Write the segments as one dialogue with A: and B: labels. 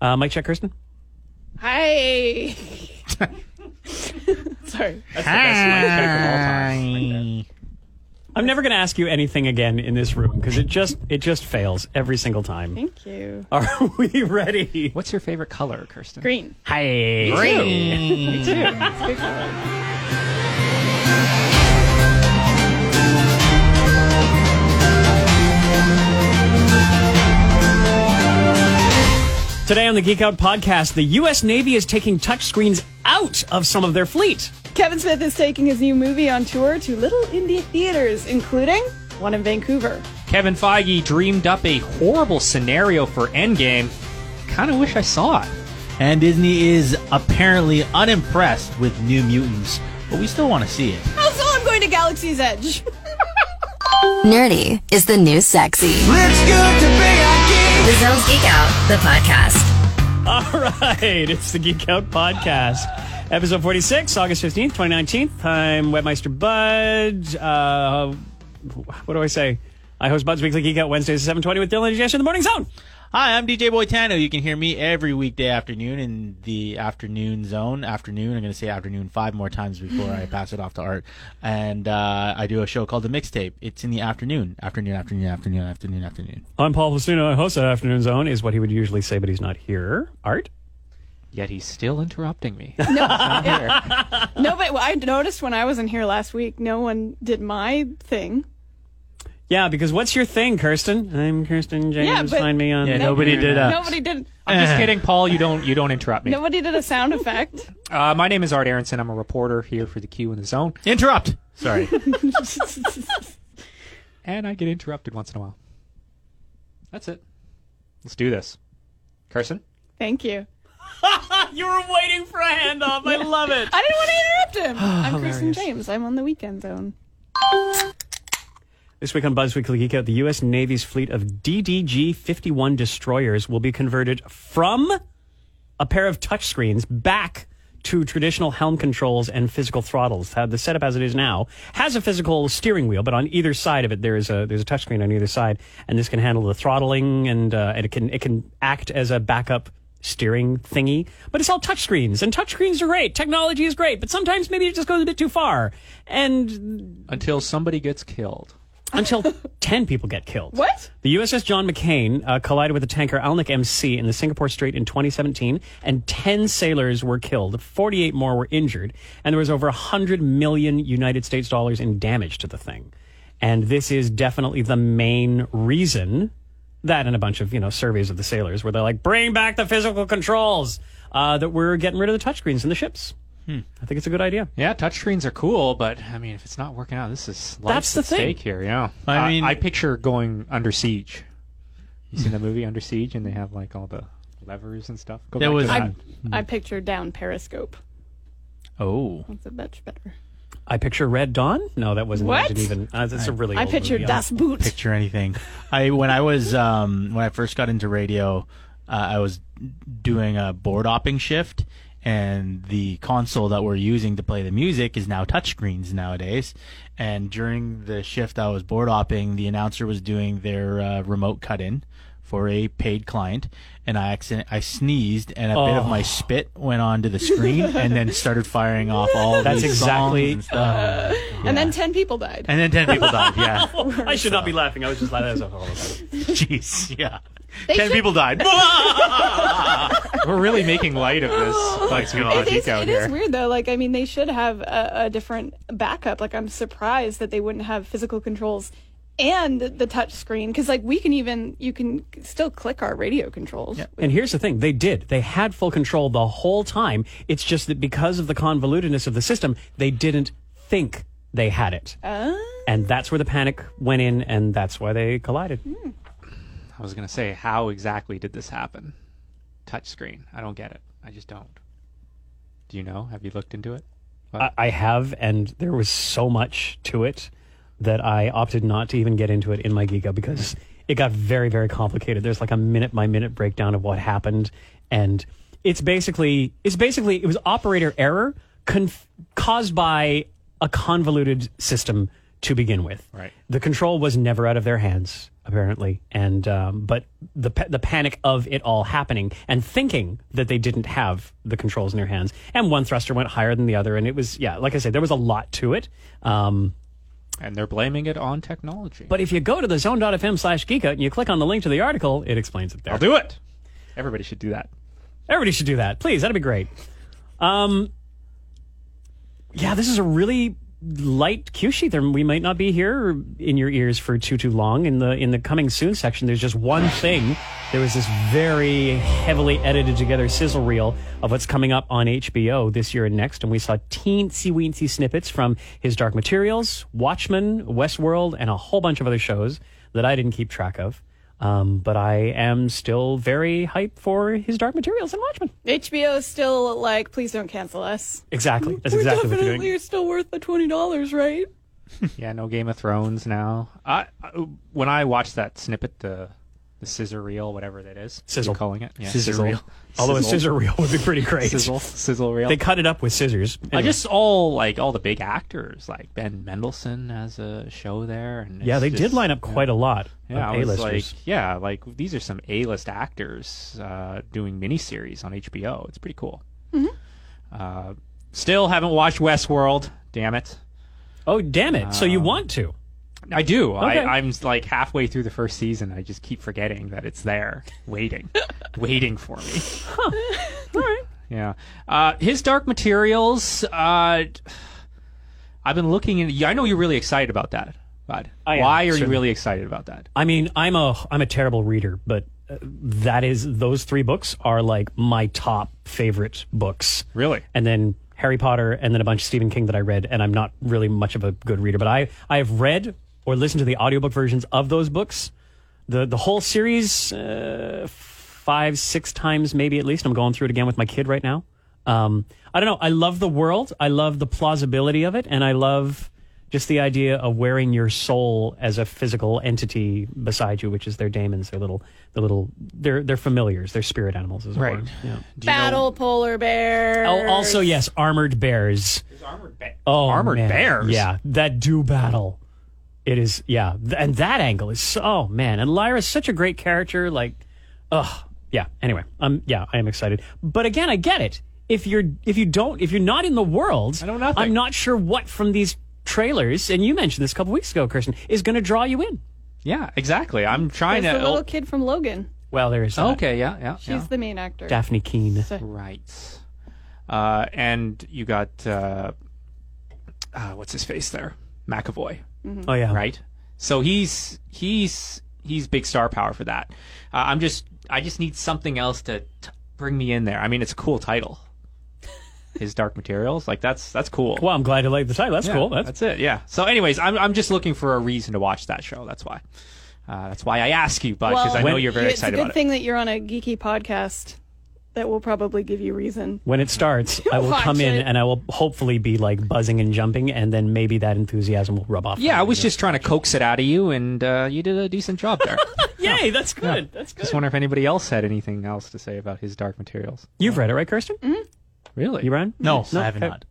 A: Uh, Mike check Kristen.
B: Hi. Sorry.
C: That's the best mic check of all time. Like that.
A: I'm never going to ask you anything again in this room because it just it just fails every single time.
B: Thank you.
A: Are we ready?
D: What's your favorite color, Kirsten?
B: Green.
A: Hi.
D: Green.
B: It's good color.
A: Today on the Geek Out podcast, the U.S. Navy is taking touchscreens out of some of their fleet.
B: Kevin Smith is taking his new movie on tour to little indie theaters, including one in Vancouver.
D: Kevin Feige dreamed up a horrible scenario for Endgame. Kind of wish I saw it.
E: And Disney is apparently unimpressed with New Mutants, but we still want to see it.
B: Also, I'm going to Galaxy's Edge.
F: Nerdy is the new sexy.
G: It's good to be a geek.
F: The Zones Geek Out, the podcast.
A: All right, it's the Geek Out podcast, episode 46, August 15th, 2019. I'm Webmeister Bud. Uh, what do I say? I host Bud's Weekly Geek Out Wednesdays at 7:20 with Dylan and Jess in the Morning Zone.
E: Hi, I'm DJ Boitano. You can hear me every weekday afternoon in the afternoon zone. Afternoon, I'm going to say afternoon five more times before I pass it off to Art. And uh, I do a show called The Mixtape. It's in the afternoon. Afternoon, afternoon, afternoon, afternoon, afternoon.
A: I'm Paul Plastuno. I host the Afternoon Zone, is what he would usually say, but he's not here. Art?
D: Yet he's still interrupting me.
B: Nobody. Well, I noticed when I wasn't here last week, no one did my thing.
A: Yeah, because what's your thing, Kirsten? I'm Kirsten James.
B: but-
A: Find me on.
E: Yeah, nobody did that.
B: Nobody did.
D: I'm just kidding, Paul. You don't. You don't interrupt me.
B: Nobody did a sound effect.
D: Uh, my name is Art Aronson. I'm a reporter here for the Q in the Zone,
E: Interrupt. Sorry.
D: and I get interrupted once in a while. That's it. Let's do this, Kirsten.
B: Thank you.
A: You were waiting for a handoff. I love it.
B: I didn't want to interrupt him. I'm Kristen James. I'm on the weekend zone.
A: This week on Buzz Weekly Geek Out, the U.S. Navy's fleet of DDG 51 destroyers will be converted from a pair of touchscreens back to traditional helm controls and physical throttles. How the setup as it is now has a physical steering wheel, but on either side of it there is a there's a touchscreen on either side, and this can handle the throttling and uh, and it can it can act as a backup steering thingy. But it's all touchscreens, and touchscreens are great. Technology is great, but sometimes maybe it just goes a bit too far. And
D: Until somebody gets killed.
A: until 10 people get killed.
B: What?
A: The USS John McCain uh, collided with the tanker Alnick MC in the Singapore Strait in 2017, and 10 sailors were killed. 48 more were injured, and there was over 100 million United States dollars in damage to the thing. And this is definitely the main reason that and a bunch of you know surveys of the sailors where they're like bring back the physical controls uh, that we're getting rid of the touchscreens in the ships i think it's a good idea
D: Yeah, touchscreens are cool, but I mean, if it's not working out, this is life
A: That's the
D: at
A: thing.
D: stake here. Yeah,
E: I mean-
D: I picture going under siege. You seen the movie Under Siege, and they have like all the levers and stuff. Go
E: There
D: back to
E: was-
D: that.
B: I I picture down Periscope.
E: Oh.
B: That's a much better.
A: i picture red dawn no that wasn't
B: What?
A: I didn't even uh, that's a really
B: I
A: old
B: picture
A: movie.
B: Das Boot.
E: picture anything. I when I was um, when I first got into radio, uh, I was doing a board hopping shift, and the console that we're using to play the music is now touchscreens nowadays. And during the shift I was board hopping, the announcer was doing their uh, remote cut in for a paid client, and I accident I sneezed, and a bit of my spit went onto the screen, and then started firing off all
A: That's
E: these
A: exactly-
E: songs and stuff.
B: And then 10 people died.
E: and then ten people died. Yeah,
A: I should not be laughing. I was just laughing. I was
E: jeez, yeah.
B: They
E: Ten
B: should-
E: people died.
D: We're really making light of this. Like,
E: God.
B: It is,
D: geek out
B: it is
D: here.
B: weird though. Like, I mean, they should have a, a different backup. Like, I'm surprised that they wouldn't have physical controls and the touch screen because, like, we can even you can still click our radio controls.
A: and here's the thing: they did. They had full control the whole time. It's just that because of the convolutedness of the system, they didn't think they had it,
B: Uh.
A: and that's where the panic went in, and that's why they collided.
D: I was gonna say, how exactly did this happen? Touchscreen. I don't get it. I just don't. Do you know? Have you looked into it?
A: I, I have, and there was so much to it that I opted not to even get into it in my Giga because it got very, very complicated. There's like a minute by minute breakdown of what happened, and it's basically it's basically it was operator error conf- caused by a convoluted system to begin with.
D: Right.
A: The control was never out of their hands. apparently, and um, but the pa- the panic of it all happening and thinking that they didn't have the controls in their hands, and one thruster went higher than the other, and it was yeah, like I said, there was a lot to it. Um,
D: And they're blaming it on technology.
A: but if you go to the zone.fm slash geekout and you click on the link to the article, it explains it there.
D: I'll do it. Everybody should do that.
A: Everybody should do that. Please, that'd be great. Um, yeah, this is a really light cue sheet. There, we might not be here in your ears for too too long. In the in the coming soon section, there's just one thing. There was this very heavily edited together sizzle reel of what's coming up on HBO this year and next, and we saw teensy weensy snippets from His Dark Materials, Watchmen, Westworld, and a whole bunch of other shows that I didn't keep track of. Um, but I am still very hyped for His Dark Materials and Watchmen.
B: HBO is still like, please don't cancel us.
A: Exactly. That's
B: We're
A: exactly what
B: definitely
A: they're doing.
B: are still worth the twenty dollars, right?
D: Yeah, no Game of Thrones now. I, I when I watched that snippet, the the scissor reel, whatever that is,
A: Sizzle.
D: you're calling it yeah,
A: Scissor reel. Although a
D: Sizzle.
A: scissor reel would be pretty great.
D: sizzle, sizzle reel.
A: They cut it up with scissors.
D: I
A: Anyway.
D: just all like all the big actors, like Ben Mendelsohn has a show there, and
A: yeah,
D: it's
A: they did
D: just-
A: line up quite a lot
D: Yeah,
A: of
D: I was
A: A-listers.
D: like, yeah, like these are some A-list actors uh, doing miniseries on HBO. It's pretty cool.
A: Mm-hmm.
D: Uh, still haven't watched Westworld. Damn it.
A: oh, damn it! so you want to?
D: I do.
A: Okay.
D: I, I'm like halfway through the first season. I just keep forgetting that it's there, waiting, waiting for me. Yeah. Uh, his Dark Materials. Uh, I've been looking in. I know you're really excited about that. Bud.
A: I am,
D: Why are you
A: certainly.
D: really excited about that?
A: I mean, I'm a I'm a terrible reader, but uh, that is those three books are like my top favorite books.
D: Really?
A: and then Harry Potter, and then a bunch of Stephen King that I read, and I'm not really much of a good reader, but I I have read or listened to the audiobook versions of those books, the the whole series, uh, five six times maybe at least. I'm going through it again with my kid right now. Um, I don't know. I love the world. I love the plausibility of it, and I love just the idea of wearing your soul as a physical entity beside you, which is their daemons, their little, their little, their their familiars, their spirit animals, as it
D: Right.
A: were. Yeah.
B: Battle polar bear.
A: Oh, also yes, armored bears.
D: Armored, ba-
A: Oh,
D: armored
A: man.
D: bears.
A: Yeah, that do battle. It is. Yeah, Th- and that angle is. So, oh man, and Lyra's such a great character. Like, ugh. Yeah. Anyway, um, yeah, I am excited. But again, I get it. If you're, if you don't, if you're not in the world,
D: I know nothing.
A: I'm not sure what from these trailers, and you mentioned this a couple weeks ago, Kirsten, is going to draw you in.
D: Yeah, exactly. I'm trying
B: There's the
D: to.
B: little kid from Logan.
A: Well, there is that.
D: okay. Yeah. Yeah.
B: She's
D: Oh. yeah.
B: the main actor.
A: Daphne Keene.
D: Right. Uh, and you got uh, uh, what's his face there, McAvoy,
A: Oh yeah.
D: right? So he's he's he's big star power for that. Uh, I'm just I just need something else to t- bring me in there. I mean, it's a cool title. His Dark Materials, like that's that's cool.
A: Well, I'm glad you like the title. That's
D: Yeah,
A: cool.
D: That's,
A: That's,
D: it. Yeah. So, anyways, I'm I'm just looking for a reason to watch that show. That's why. Uh, that's why I ask you, but because I know you're very
B: it's
D: excited
B: a good
D: about it.
B: thing that you're on a geeky podcast that will probably give you reason.
A: When it starts, I will
B: Watch
A: come in
B: it.
A: and I will hopefully be like buzzing and jumping, and then maybe that enthusiasm will rub off.
D: Yeah, I
A: on me.
D: was just trying to coax it out of you, and uh, you did a decent job there.
A: Yay, that's good. That's good.
D: Just wonder if anybody else had anything else to say about his dark materials.
A: You've read it, right, Kirsten?
D: Really?
A: You
D: You,
A: Brian?
E: No, I have
A: okay.
E: not.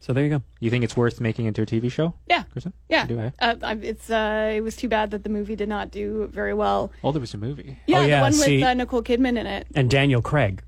A: So there you go.
D: think it's worth making into a TV show,
B: Yeah.
D: Kristen?
B: Yeah.
D: You do, eh?
B: Uh, I- it's uh, it was too bad that the movie did not do very well.
D: Oh, there was a movie.
B: Yeah,
A: yeah,
B: the one
A: see-
B: with uh, Nicole Kidman in it.
A: And Daniel Craig.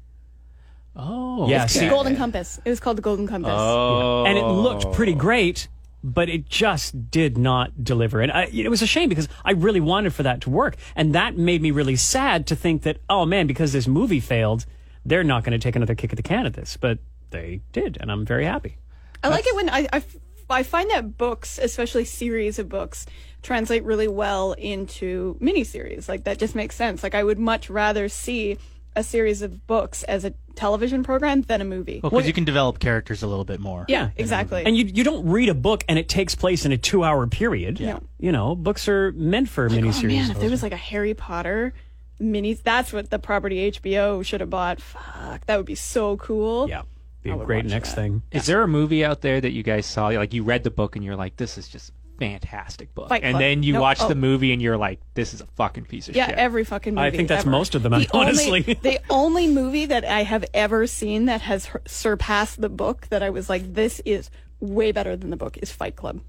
D: Oh.
A: Yes.
B: The
A: Yeah.
B: Golden Compass. It was called the Golden Compass.
D: Oh.
A: And it looked pretty great, but it just did not deliver. And I, it was a shame because I really wanted for that to work. And that made me really sad to think that, oh man, because this movie failed, they're not going to take another kick at the can at this. But they did, and I'm very happy.
B: I like it when I, I f- I find that books, especially series of books, translate really well into miniseries. Like that just makes sense. Like I would much rather see a series of books as a television program than a movie.
E: Well, because you can develop characters a little bit more.
B: yeah, exactly.
A: And you, you don't read a book and it takes place in a two hour period.
B: Yeah.
A: You know, books are meant for
B: oh
A: miniseries.
B: man, if there was like a Harry Potter mini, that's what the property HBO should have bought. Fuck, that would be so cool.
A: yeah. Be
B: I
A: a
B: would
A: great
B: watch
A: next
B: that.
A: thing.
D: Is there a movie out there that you guys saw? Like you read the book and you're like, "This is just fantastic book,"
B: Fight
D: and
B: Club.
D: then you
B: No,
D: watch
B: oh.
D: the movie and you're like, "This is a fucking piece of
B: Yeah,
D: shit."
B: every fucking movie.
A: I think that's
B: ever.
A: most of them, honestly.
B: Only, the only movie that I have ever seen that has her- surpassed the book that I was like, this is way better than the book is Fight Club.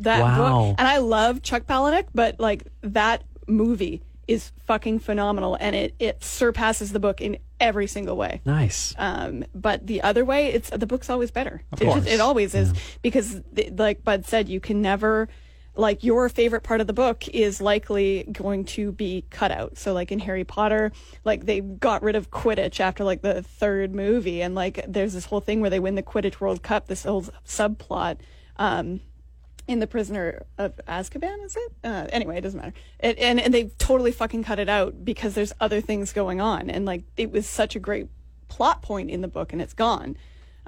B: That
A: Wow.
B: book, and I love Chuck Palahniuk, but like that movie is fucking phenomenal and it, it surpasses the book in every single way.
A: Nice.
B: Um, but the other way, it's the book's always better. Of It,
D: course.
B: just, it always is because, th- like Bud said, you can never like your favorite part of the book is likely going to be cut out. So like in Harry Potter, like they got rid of Quidditch after like the third movie, and like there's this whole thing where they win the Quidditch World Cup. This whole subplot. Um, in the prisoner of Azkaban, is it? Uh, anyway, it doesn't matter. It, and and they totally fucking cut it out because there's other things going on, and like it was such a great plot point in the book, and it's gone.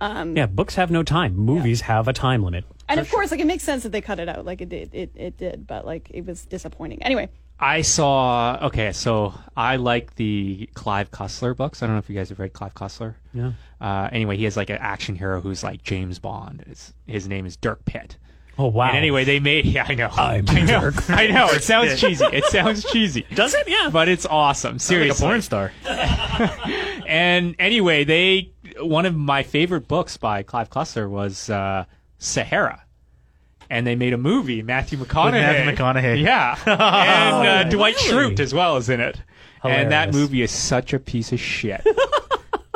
B: Um,
A: Yeah, books have no time. Movies have a time limit.
B: and of course, like it makes sense that they cut it out, like it did, it it did, but like it was disappointing. Anyway,
D: I saw. Okay, so I like the Clive Cussler books. I don't know if you guys have read Clive Cussler.
A: Yeah.
D: Uh, anyway, he has like an action hero who's like James Bond. It's, his name is Dirk Pitt.
A: Oh wow.
D: And anyway, they made. Yeah, I know.
A: I'm
D: I know.
A: Dirk
D: I know. It sounds cheesy. It sounds cheesy.
A: does it? Yeah.
D: But it's awesome.
E: Like a
D: Seriously.
E: porn star.
D: and anyway, they one of my favorite books by Clive Cussler was uh, Sahara. And they made a movie, Matthew McConaughey.
E: Matthew McConaughey. Oh,
D: Yeah. and uh, Dwight
A: really?
D: Schrute as well is in it. And that
A: Hilarious.
D: movie is such a piece of shit.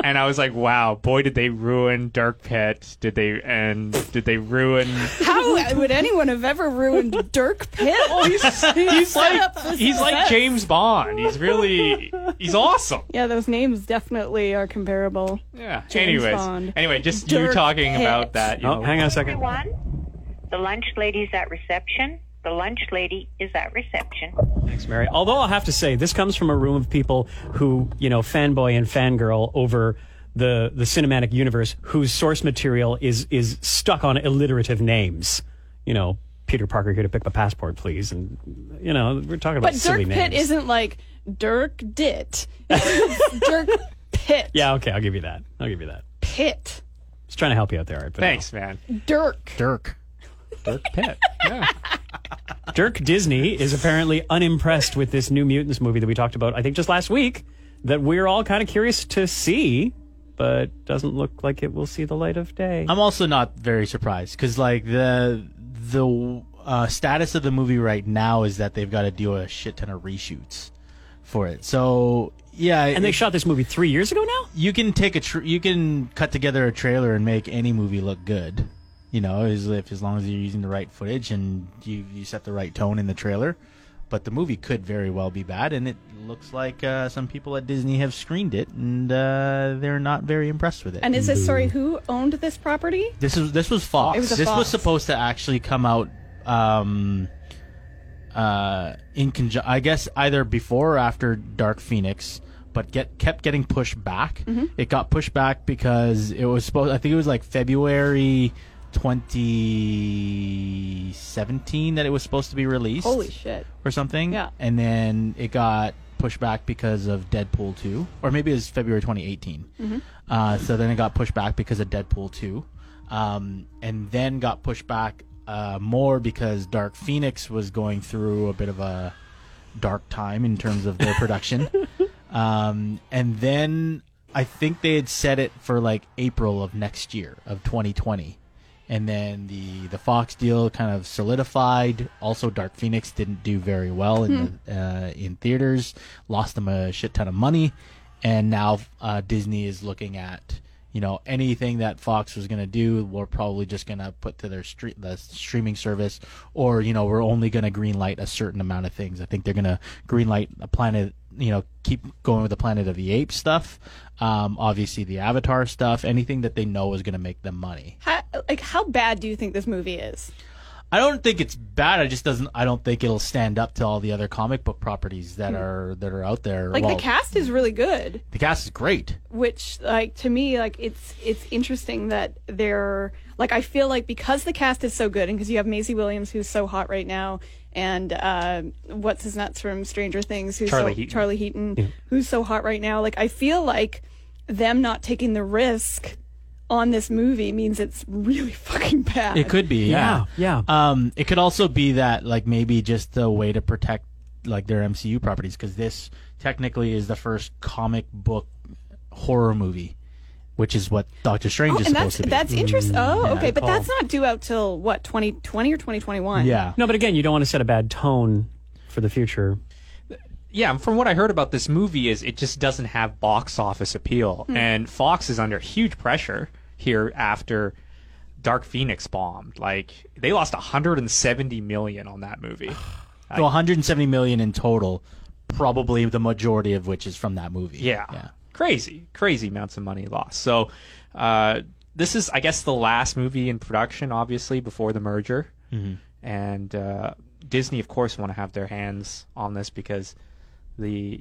D: and I was like, wow, boy, did they ruin Dirk Pitt. Did they, and did they ruin.
B: how would anyone have ever ruined Dirk Pitt?
D: he's
B: set
D: like,
B: up for
D: he's like
B: success.
D: James Bond. He's really, he's awesome.
B: Yeah, those names definitely are comparable.
D: Yeah.
B: James
D: Anyways,
B: Bond.
D: anyway, just you
B: Dirk
D: talking about
B: Pitt.
D: that. You
A: Oh,
D: know,
A: hang on a second.
H: everyone. The lunch lady's at reception. The lunch lady is at reception.
A: Thanks, Mary. Although I'll have to say, this comes from a room of people who, you know, fanboy and fangirl over the the cinematic universe, whose source material is is stuck on alliterative names. You know, Peter Parker here to pick up a passport, please, and you know, we're talking about
B: But
A: silly
B: Dirk
A: names.
B: Pitt isn't like Dirk Dit. Dirk Pitt.
A: Yeah, okay, I'll give you that. I'll give you that.
B: Pitt.
A: Just trying to help you out there, Art. but no.
D: Thanks, man.
B: Dirk.
E: Dirk.
D: Dirk Pitt. Yeah.
A: Dirk Disney is apparently unimpressed with this New Mutants movie that we talked about, I think just last week, that we're all kind of curious to see, but doesn't look like it will see the light of day.
E: I'm also not very surprised because like the the uh, status of the movie right now is that they've got to deal with a shit ton of reshoots for it. So yeah,
A: and they shot this movie three years ago now?
E: you can take a tr- you can cut together a trailer and make any movie look good. You know, as if as long as you're using the right footage and you you set the right tone in the trailer. But the movie could very well be bad, and it looks like uh, some people at Disney have screened it, and uh, they're not very impressed with it.
B: And is this sorry who owned this property?
E: This is this was Fox.
B: It was a
E: this was
B: Fox.
E: supposed to actually come out um uh in conju- I guess either before or after Dark Phoenix, but get kept getting pushed back.
B: Mm-hmm.
E: It got pushed back because it was supposed I think it was like February 2017 that it was supposed to be released
B: Holy shit.
E: or something.
B: Yeah.
E: And then it got pushed back because of Deadpool 2, or maybe it was February 2018. Uh, so then it got pushed back because of Deadpool 2, um, and then got pushed back uh, more because Dark Phoenix was going through a bit of a dark time in terms of their production. um, and then I think they had set it for like April of next year of 2020. And then the, the Fox deal kind of solidified. Also, Dark Phoenix didn't do very well in the, uh, in theaters, lost them a shit ton of money, and now uh, Disney is looking at you know anything that Fox was going to do, we're probably just going to put to their street the streaming service, or you know we're only going to greenlight a certain amount of things. I think they're going to greenlight a planet, you know, keep going with the Planet of the Apes stuff, um, obviously the Avatar stuff, anything that they know is going to make them money.
B: How, like how bad do you think this movie is?
E: I don't think it's bad. I just doesn't. I don't think it'll stand up to all the other comic book properties that are that are out there.
B: Hmm. Like
E: Well,
B: the cast is really good,
E: the cast is great.
B: which like to me like it's it's interesting that they're like I feel like because the cast is so good and because you have Maisie Williams who's so hot right now and uh, what's his nuts from Stranger Things who's
D: Charlie
B: so,
D: Heaton.
B: Charlie Heaton who's so hot right now like I feel like them not taking the risk on this movie means it's really fucking bad.
E: It could be.
A: Yeah,
E: Yeah.
A: yeah.
E: Um, it could also be that like maybe just a way to protect like their MCU properties because this technically is the first comic book horror movie, which is what Doctor Strange is
B: Oh, and that's
E: supposed to be.
B: that's interesting. Oh, okay, but
A: call.
B: that's not due out till what 2020 or 2021.
E: yeah.
A: No, but again, you don't want to set a bad tone for the future.
D: yeah, from what I heard about this movie is it just doesn't have box office appeal,
B: Hmm.
D: and Fox is under huge pressure here after Dark Phoenix bombed. Like they lost 170 million on that movie.
E: So 170 million in total, probably the majority of which is from that movie.
D: Yeah. Crazy, crazy amounts of money lost. So, uh, this is, I guess, the last movie in production, obviously, before the merger. And uh, Disney, of course, want to have their hands on this because the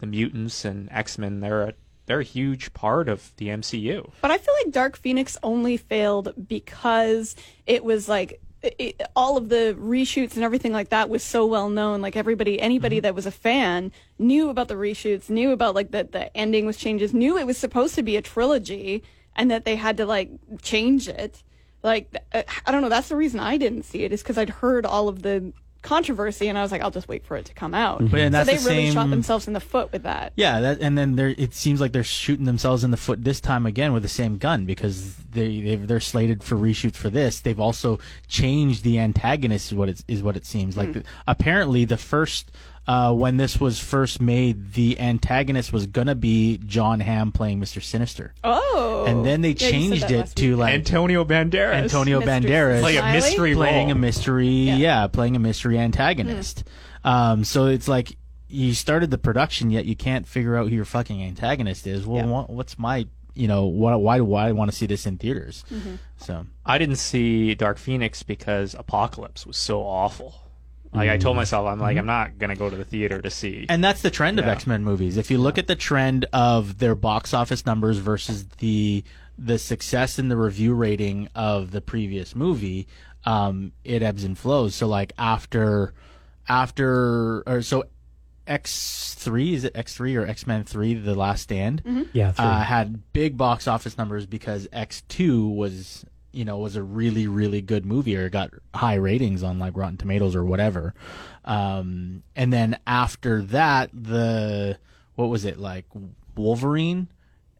D: the mutants and X Men they're a they're a huge part of the MCU.
B: But I feel like Dark Phoenix only failed because it was like it, it- all of the reshoots and everything like that was so well known. Like everybody, anybody
E: Mm-hmm.
B: that was a fan knew about the reshoots, knew about like that the ending was changes, knew it was supposed to be a trilogy, and that they had to like change it. Like th- uh, I don't know. That's the reason I didn't see it is because I'd heard all of the controversy, and I was like, I'll just wait for it to come out.
E: But and
B: so
E: that's
B: they
E: the
B: really shot
E: same-
B: themselves in the foot with that.
E: Yeah, that, and then they're, it seems like they're shooting themselves in the foot this time again with the same gun because they they've, they're slated for reshoots for this. They've also changed the antagonist is what it is what it seems like.
B: Hmm.
E: apparently, the first uh, when this was first made, the antagonist was gonna be John Hamm playing Mister Sinister,
B: Oh,
E: and then they
B: Yeah, you said
E: changed
B: that
E: it
B: last
E: to
B: week.
E: like
D: Antonio Banderas.
E: Antonio
B: Mr.
E: Banderas
D: Play a
B: Smiley?
D: mystery
E: playing
D: role.
E: a mystery yeah. playing a mystery antagonist
D: Hmm.
E: um so it's like you started the production yet you can't figure out who your fucking antagonist is well wha- what's my you know what why do i want to see this in theaters
D: Mm-hmm.
E: so
D: I didn't see Dark Phoenix because Apocalypse was so awful. Like I told myself, I'm like, I'm not gonna go to the theater to see.
E: and that's the trend of x-men movies if you look at the trend of their box office numbers versus the the success and the review rating of the previous movie um it ebbs and flows so like after after or so x3 is it x3 or x-men 3 the last stand
A: Yeah, three.
E: uh, had big box office numbers because X2 was, you know, was a really really good movie or got high ratings on like Rotten Tomatoes or whatever. Um, and then after that, the what was it like Wolverine,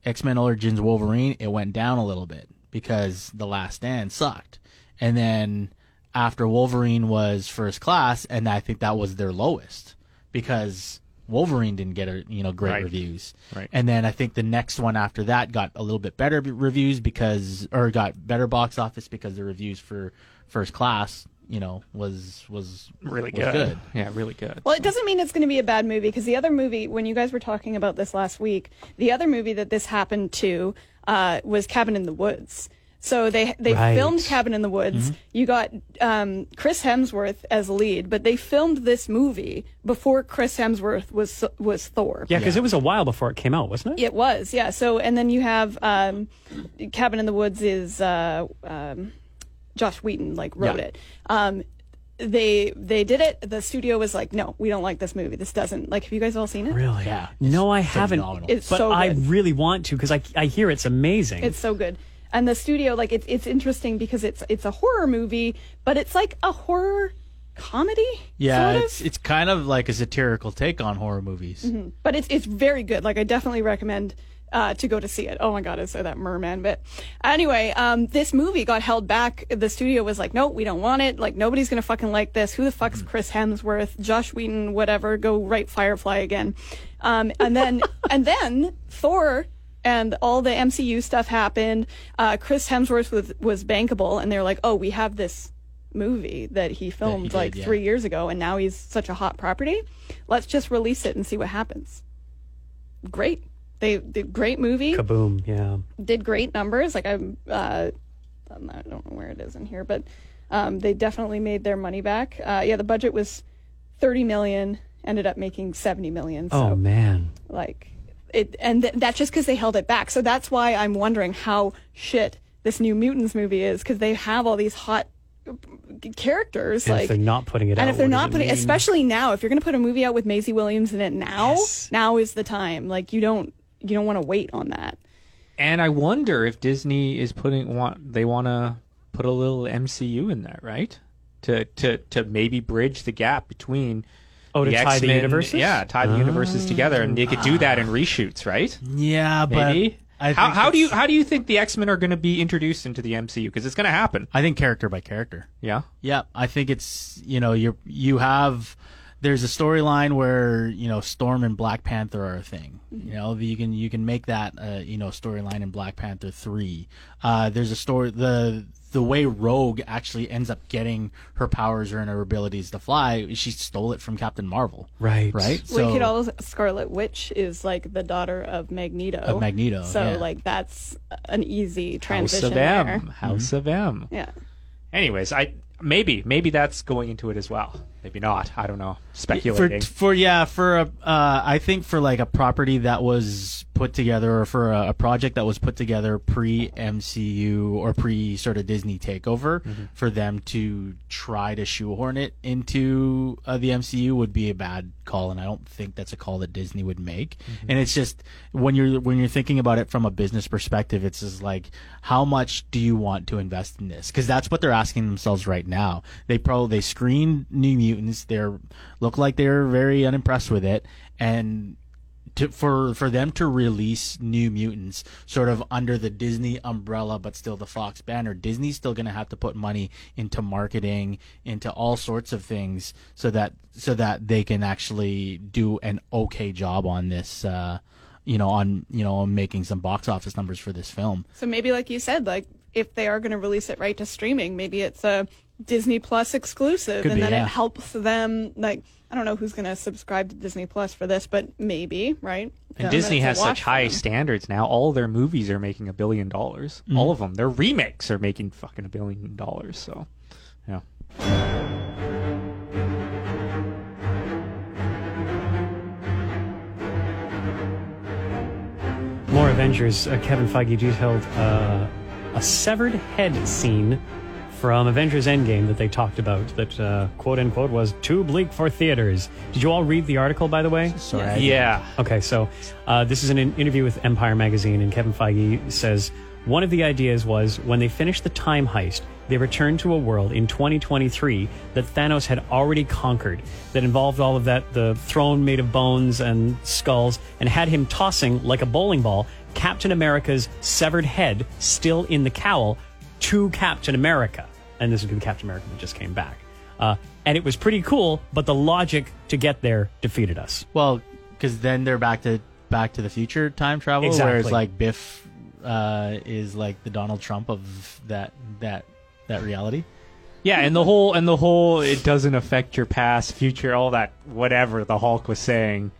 E: X Men Origins Wolverine? It went down a little bit because The Last Stand sucked, and then after Wolverine was First Class, and I think that was their lowest because. Wolverine didn't get a, you know great
D: Right.
E: reviews,
D: Right.
E: and then I think the next one after that got a little bit better b- reviews because, or got better box office because the reviews for First Class, you know, was was
D: really
E: was
D: good. Yeah, really good.
B: Well, it doesn't mean it's going to be a bad movie because the other movie, when you guys were talking about this last week, the other movie that this happened to uh, was Cabin in the Woods. So they they
A: Right.
B: filmed Cabin in the Woods.
E: Mm-hmm.
B: You got um, Chris Hemsworth as lead, but they filmed this movie before Chris Hemsworth was was Thor.
A: yeah, because it was a while before it came out, wasn't it?
B: It was, yeah. So, and then you have um, Cabin in the Woods is uh, um, Josh Wheaton like wrote
E: Yeah.
B: it. Um, they they did it. The studio was like, no, we don't like this movie. This doesn't like. Have you guys all seen it?
A: Really?
E: Yeah.
A: No, I haven't.
E: phenomenal.
B: It's
A: but
B: so
A: I
B: good.
A: really want to because I, I hear it's amazing.
B: It's so good. And the studio, like, it's it's interesting because it's it's a horror movie, but it's like a horror comedy.
E: Yeah,
B: sort of. Mm-hmm.
E: it's it's kind of like a satirical take on horror movies.
B: but it's it's very good. Like I definitely recommend uh, to go to see it. Oh my god, I said that merman bit. Anyway, um, this movie got held back. The studio was like, "No, we don't want it. Like nobody's gonna fucking like this. Who the fuck's Chris Hemsworth, Josh Whedon, whatever? Go write Firefly again." Um, and then and then Thor. And all the MCU stuff happened. Uh, Chris Hemsworth was, was bankable, and they're like, "Oh, we have this movie that he filmed
E: did,
B: like
E: yeah.
B: three years ago and now he's such a hot property let's just release it and see what happens great they did great movie
A: Kaboom! Yeah.
B: did great numbers like i'm uh I'm not- i don't know where it is in here but um they definitely made their money back uh yeah the budget was 30 million ended up making 70 million so
A: Oh man.
B: like it and th- that's just because they held it back so that's why i'm wondering how shit this new mutants movie is because they have all these hot uh, g- characters
A: And
B: like
A: if they're not putting it out,
B: and if they're
A: what does
B: not
A: it
B: putting,
A: mean?
B: especially now, if you're going to put a movie out with Maisie Williams in it now, now is the time. Like you don't, you don't want to wait on that.
D: And I wonder if Disney is putting want they want to put a little MCU in there, right? To to to maybe bridge the gap between
A: Oh, to
D: the
A: tie the
D: X-Men-
A: universes?
D: Yeah, tie the universes
B: Ah.
D: together, and they could do that in reshoots, right?
E: Yeah, but
D: Maybe.
E: I
D: how
E: think
D: how do you
E: it's-
D: how do you think the X Men are going to be introduced into the MCU? Because it's going to happen.
E: I think character by character.
D: Yeah.
E: Yeah, I think it's you know you you have there's a storyline where you know Storm and Black Panther are a thing. You know you can you can make that uh, you know storyline in Black Panther three. Uh, there's a story the the way Rogue actually ends up getting her powers or her abilities to fly, she stole it from Captain Marvel.
A: Right.
E: Right.
B: we could all Scarlet Witch is like the daughter of Magneto.
E: Of Magneto,
B: So
E: yeah.
B: like that's an easy
D: House
B: transition
D: of M.
B: there.
D: House of M.
B: Yeah.
D: Anyways, I maybe maybe that's going into it as well. Maybe not. I don't know.
E: for
D: Speculating.
E: for yeah for a uh, I think for like a property that was put together or for a, a project that was put together pre MCU or pre sort of Disney takeover for them to try to shoehorn it into uh, the MCU would be a bad call and I don't think that's a call that Disney would make and it's just when you're when you're thinking about it from a business perspective it's just like how much do you want to invest in this because that's what they're asking themselves right now they probably they screened new mutants they're look like they're very unimpressed with it and to, for for them to release new mutants sort of under the Disney umbrella but still the Fox banner Disney's still going to have to put money into marketing into all sorts of things so that so that they can actually do an okay job on this uh you know on you know on making some box office numbers for this film
B: So maybe like you said, like if they are going to release it right to streaming, maybe it's a Disney Plus exclusive,
E: Could
B: and
E: be,
B: then
E: yeah.
B: it helps them. Like I don't know who's going to subscribe to Disney Plus for this, but maybe right.
D: And
B: Um,
D: Disney
B: it's a
D: has
B: wash
D: such
B: for
D: high
B: them.
D: standards now. All their movies are making a billion dollars. All of them. Their remakes are making fucking a billion dollars. So, yeah.
A: More Avengers. Uh, Kevin Feige detailed uh, a severed head scene from Avengers Endgame that they talked about that, uh, quote unquote, was too bleak for theaters. Did you all read the article, by the way?
E: sorry I-
D: Yeah.
A: Okay, so uh, this is an in- interview with Empire Magazine, and Kevin Feige says one of the ideas was when they finished the time heist, they returned to a world in 2023 that Thanos had already conquered, that involved all of that the throne made of bones and skulls, and had him tossing like a bowling ball Captain America's severed head still in the cowl to Captain America. And this would be the Captain America that just came back. Uh, and it was pretty cool, but the logic to get there defeated us.
E: Well, because then they're back to Back to the Future time travel, where it's
A: Exactly.
E: like Biff uh, is like the Donald Trump of that that that reality.
D: Yeah, and the whole and the whole it doesn't affect your past, future, all that whatever the Hulk was saying.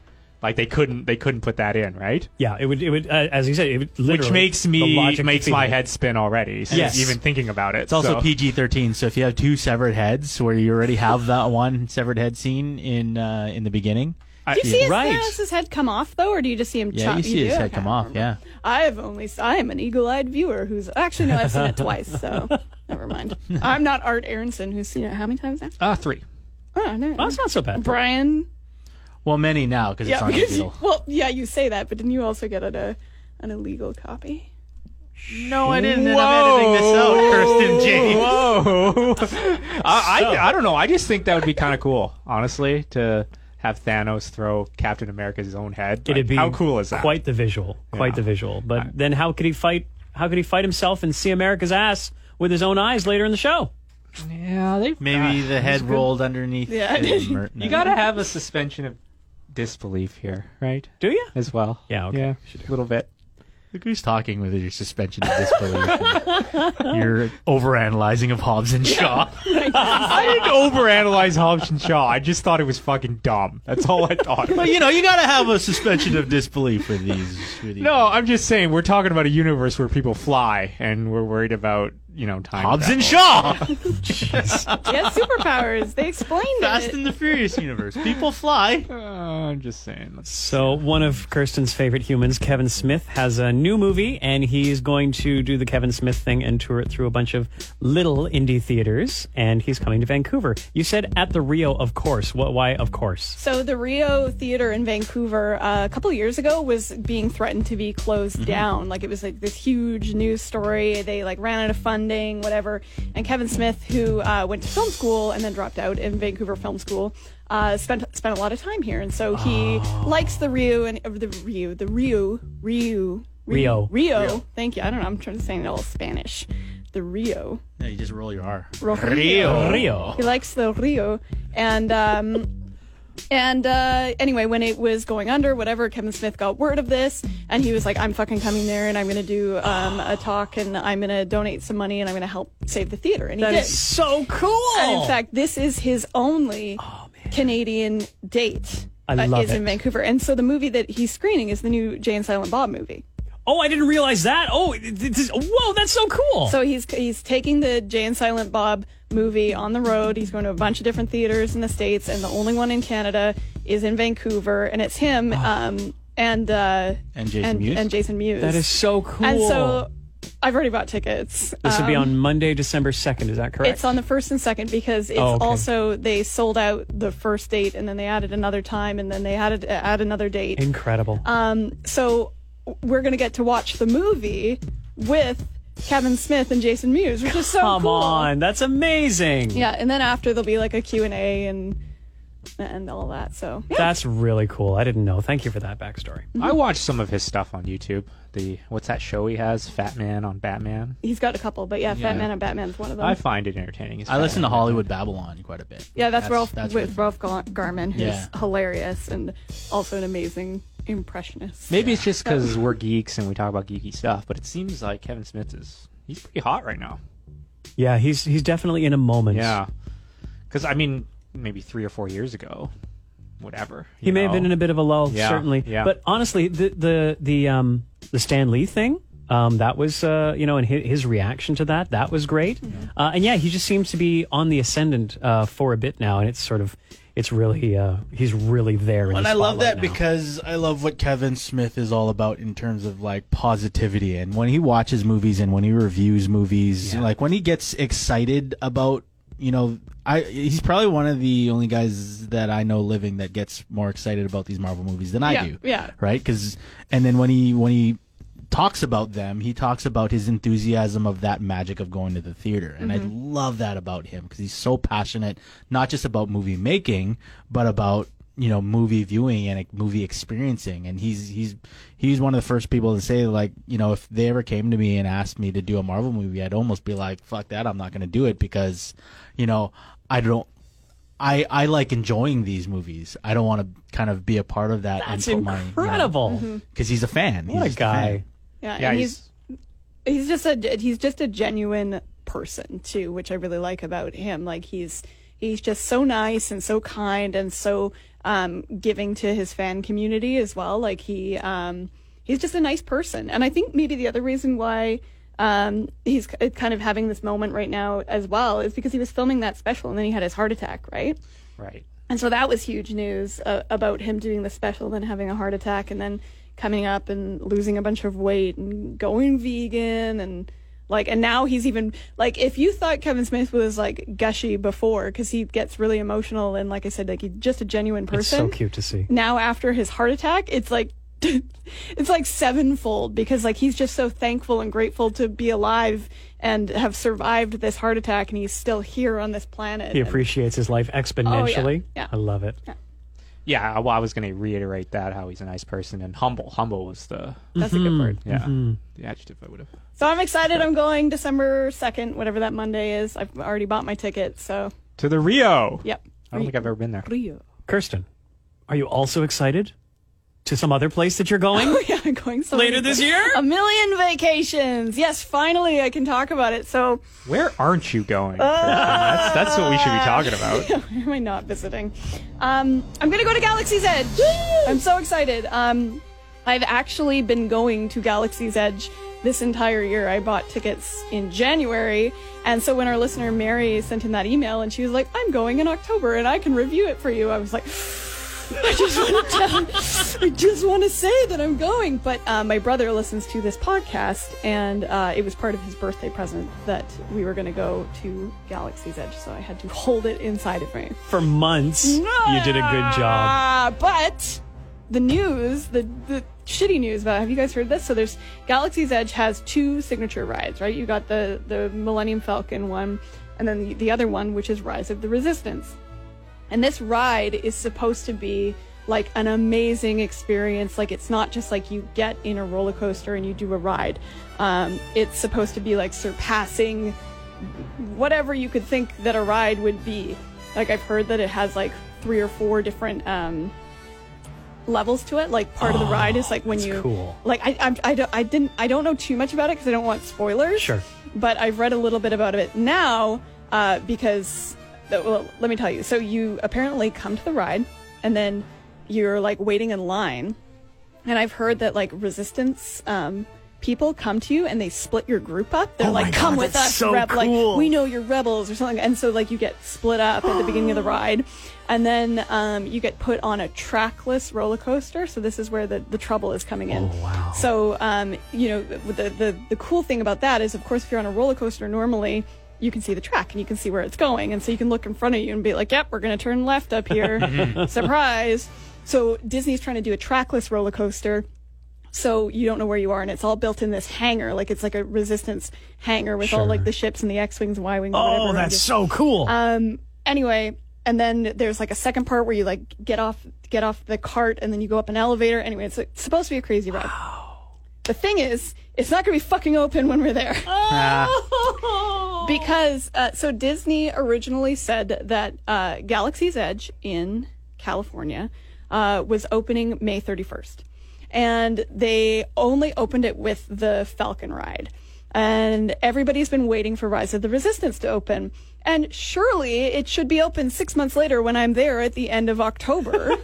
D: Like they couldn't they couldn't put that in, right?
A: Yeah, it would. It would, uh, as you said, it would literally.
D: Which makes
A: the
D: me
A: logic
D: makes my
A: defeated it.
D: head spin already. So
A: Yes.
D: even thinking about it.
E: It's also
D: so.
E: PG thirteen, so if you have two severed heads, where you already have that one severed head scene in uh, in the beginning,
B: Do you see his,
A: Right.
B: Thanos' head come off though, or do you just see him?
E: yeah,
B: chop-
E: you see his
B: do?
E: head
B: Okay.
E: come off. Yeah,
B: I've only s- I am an eagle-eyed viewer who's actually no, I've seen it twice, so never mind. I'm not Art Aronson who's seen it how many times now?
D: uh, three.
B: Oh, no.
A: Well, that's not so bad.
B: Brian.
E: well, many now because it's
B: Yeah,
E: on
B: because you,
E: digital.
B: well, yeah, you say that, but didn't you also get it a an illegal copy?
E: No, I didn't. And I'm editing this out, Kirsten James.
D: Whoa! I, I I don't know. I just think that would be kind of cool, honestly, to have Thanos throw Captain America's own head. Like,
A: It'd be
D: how cool is that?
A: Quite the visual. Quite
D: Yeah.
A: the visual. But then, how could he fight? How could he fight himself and see America's ass with his own eyes later in the show?
D: yeah, they
E: Maybe the head rolled underneath.
B: Yeah.
E: the mer- no,
D: Ah, You gotta have a suspension of disbelief here, right?
A: Do you?
D: As well.
A: Yeah, okay.
D: Yeah. A little bit.
E: Look who's talking with your suspension of disbelief. You're overanalyzing of Hobbs and Shaw.
D: I didn't overanalyze Hobbs and Shaw. I just thought it was fucking dumb. That's all I thought.
E: But you know, you gotta have a suspension of disbelief with these. With these.
D: no, I'm just saying we're talking about a universe where people fly, and we're worried about you know time.
E: Hobbs and Shaw,
D: travel.
B: He has superpowers. They explained
E: Fast
B: it.
E: and the Furious universe. People fly.
D: Uh, I'm just saying. Let's-
A: So one of Kirsten's favorite humans, Kevin Smith, has a new movie, and he's going to do the Kevin Smith thing and tour it through a bunch of little indie theaters. And he's coming to Vancouver. You said at the Rio, of course. What? Why? Of course.
B: So the Rio Theater in Vancouver uh, a couple of years ago was being threatened to be closed down. Like it was like this huge news story. They like ran out of funding, whatever. And Kevin Smith, who uh, went to film school and then dropped out in Vancouver Film School, uh, spent spent a lot of time here, and so he likes the Rio and uh, the Rio, the Rio, Rio,
A: Rio.
B: Rio. Thank you. I don't know. I'm trying to say it all Spanish. The Rio.
E: No, you just roll your R.
B: Rio.
A: Rio.
B: He likes the Rio, and um, And uh, anyway, when it was going under, whatever, Kevin Smith got word of this, and he was like, "I'm fucking coming there, and I'm going to do um, a talk, and I'm going to donate some money, and I'm going to help save the theater." And he
A: That
B: did.
A: is so cool.
B: And in fact, this is his only Canadian date. uh,
A: I love
B: is
A: it.
B: in Vancouver, and so the movie that he's screening is the new Jay and Silent Bob movie.
A: oh, I didn't realize that. Oh, this is, whoa, that's so cool.
B: So he's he's taking the Jay and Silent Bob movie on the road. He's going to a bunch of different theaters in the states, and the only one in Canada is in Vancouver, and it's him um, and uh,
E: And Jason
B: and,
E: Mewes?
B: and Jason Mewes.
A: that is so cool.
B: And so I've already bought tickets.
A: this will be
B: Um,
A: on Monday, December second. Is that correct?
B: It's on the first and second because it's
A: Oh, okay.
B: also they sold out the first date, and then they added another time, and then they added add another date.
A: incredible.
B: uh, so we're gonna get to watch the movie with Kevin Smith and Jason Mewes, which is so
A: Come
B: cool.
A: on, that's amazing.
B: Yeah, and then after there'll be like a Q&A and and all that. So, yeah.
A: That's really cool. I didn't know. Thank you for that backstory.
D: I watched some of his stuff on YouTube. The what's that show he has? Fat Man on Batman.
B: he's got a couple, but yeah, Fat Man and Batman's one of them.
D: I find it entertaining. as
E: I
D: Fat
E: listen to
D: Man.
E: Hollywood Babylon quite a bit.
B: yeah, that's, Ralph with
E: really-
B: Ralph Gar- Garman, who's
E: Yeah.
B: hilarious and also an amazing impressionist.
D: Maybe it's just because we're geeks and we talk about geeky stuff, but it seems like Kevin Smith is he's pretty hot right now.
A: Yeah, he's he's definitely in a moment.
D: Yeah, because I mean, maybe three or four years ago, whatever.
A: He may have been in a bit of a lull,
D: Yeah,
A: certainly.
D: yeah.
A: But honestly, the the the um the Stan Lee thing, um, that was uh, you know, and his, his reaction to that, that was great.
E: Mm-hmm.
A: Uh, and yeah, he just seems to be on the ascendant uh, for a bit now, and it's sort of it's really uh, he's really there. in
E: And
A: the
E: I love
A: spotlight
E: that
A: now.
E: because I love what Kevin Smith is all about in terms of like positivity. And when he watches movies and when he reviews movies, like when he gets excited about, you know, I he's probably one of the only guys that I know living that gets more excited about these Marvel movies than I
B: Yeah,
E: do.
B: yeah.
E: Right? Because and then when he when he talks about them, he talks about his enthusiasm of that magic of going to the theater. And I
A: Mm-hmm.
E: love that about him because he's so passionate, not just about movie making, but about you know movie viewing and like, movie experiencing and he's he's he's one of the first people to say like you know if they ever came to me and asked me to do a marvel movie i'd almost be like fuck that i'm not going to do it because you know i don't i i like enjoying these movies i don't want to kind of be a part of that
A: that's
E: and put my, you know,
A: incredible.
E: because he's a fan.
A: What a
E: Mm-hmm. He's just
A: guy!
B: yeah,
D: Yeah,
B: and
D: he's,
B: he's he's just a he's just a genuine person too, which I really like about him. Like he's he's just so nice and so kind and so um, giving to his fan community as well. Like he um, he's just a nice person, and I think maybe the other reason why. Um, he's k- kind of having this moment right now as well is because he was filming that special and then he had his heart attack, right?
D: right.
B: And so that was huge news uh, about him doing the special, then having a heart attack, and then coming up and losing a bunch of weight and going vegan and like and now he's even like if you thought Kevin Smith was like gushy before because he gets really emotional and like I said like he's just a genuine person.
A: It's so cute to see.
B: Now after his heart attack, it's like it's like sevenfold because like he's just so thankful and grateful to be alive and have survived this heart attack and he's still here on this planet.
A: He
B: And-
A: appreciates his life
E: Oh,
A: exponentially.
B: yeah.
A: I love it.
D: Yeah, well, I was going to reiterate that how he's a nice person and humble. Humble was the
B: That's a
A: Mm-hmm.
B: good word.
D: yeah the adjective I would have.
B: So I'm excited. I'm going December 2nd, whatever that Monday is. I've already bought my ticket. So,
D: To the Rio.
B: yep.
D: I don't think I've ever been there.
B: Rio.
A: Kirsten, are you also excited to some other place that you're going?
B: Oh, yeah, I'm going so
A: Later
B: many-
A: this year?
B: A million vacations. Yes, finally I can talk about it. So,
D: Where aren't you going? that's that's what we should be talking about.
B: where am I not visiting? Um, I'm going to go to Galaxy's Edge. I'm so excited. Um, I've actually been going to Galaxy's Edge this entire year. I bought tickets in January. And so when our listener Mary sent in that email and she was like, I'm going in October and I can review it for you, I was like, I just want to tell, I just want to say that I'm going. But uh, my brother listens to this podcast, and uh, it was part of his birthday present that we were going to go to Galaxy's Edge. So I had to hold it inside of me.
A: For months, you did a good job.
B: Ah, But the news, the the shitty news about have you guys heard this? So there's Galaxy's Edge has two signature rides, right? You got the the Millennium Falcon one, and then the, the other one, which is Rise of the Resistance. And this ride is supposed to be like an amazing experience. Like it's not just like you get in a roller coaster and you do a ride. Um, it's supposed to be like surpassing whatever you could think that a ride would be. Like I've heard that it has like three or four different um, levels to it. Like part of the ride is like when
A: that's
B: you
A: cool.
B: like I I, I, don't, I didn't I don't know too much about it because I don't want spoilers.
A: Sure.
B: But I've read a little bit about it now uh, because uh, well let me tell you. So you apparently come to the ride and then you're like waiting in line, and I've heard that like resistance. Um, People come to you and they split your group up. They're
A: Oh my
B: like, "Come
A: God,
B: with
A: that's
B: us,
A: so
B: rep!
A: cool.
B: Like, we know you're rebels or something." And so, like, you get split up at the beginning of the ride, and then um, you get put on a trackless roller coaster. So this is where the, the trouble is coming in.
A: Oh, wow.
B: So, um, you know, the, the, the cool thing about that is, of course, if you're on a roller coaster normally, you can see the track and you can see where it's going. And so you can look in front of you and be like, yep, we're going to turn left up here. Surprise. So Disney's trying to do a trackless roller coaster. So you don't know where you are, and it's all built in this hangar, like it's like a resistance hangar with all
A: Sure.
B: like the ships and the X wings, Y wings.
A: Oh, that's so cool.
B: Um. Anyway, and then there's like a second part where you like get off get off the cart, and then you go up an elevator. Anyway, it's like, supposed to be a crazy ride. The thing is, it's not going to be fucking open when we're there. Because uh, so Disney originally said that uh, Galaxy's Edge in California uh, was opening May 31st, and they only opened it with the Falcon ride. And everybody's been waiting for Rise of the Resistance to open. And surely it should be open six months later when I'm there at the end of October.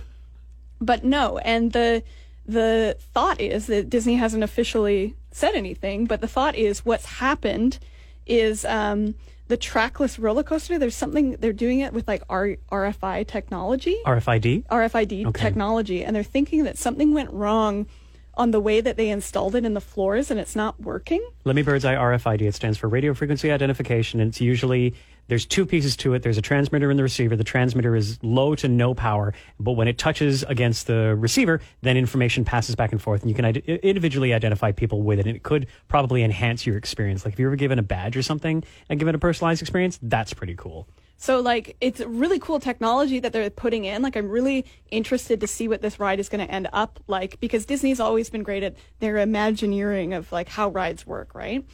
B: but no and the the thought is that disney hasn't officially said anything but the thought is what's happened is um the trackless roller coaster there's something they're doing it with like R- rfi technology
A: RFID.
B: RFID
A: Okay.
B: technology, and they're thinking that something went wrong on the way that they installed it in the floors, and it's not working.
A: Let me bird's eye RFID. It stands for radio frequency identification, and it's usually there's two pieces to it. There's a transmitter and the receiver. The transmitter is low to no power, but when it touches against the receiver, then information passes back and forth, and you can ide- individually identify people with it. And it could probably enhance your experience. Like if you were given a badge or something and given a personalized experience, that's pretty cool.
B: So like it's really cool technology that they're putting in. Like I'm really interested to see what this ride is going to end up like because Disney's always been great at their imagineering of like how rides work, right?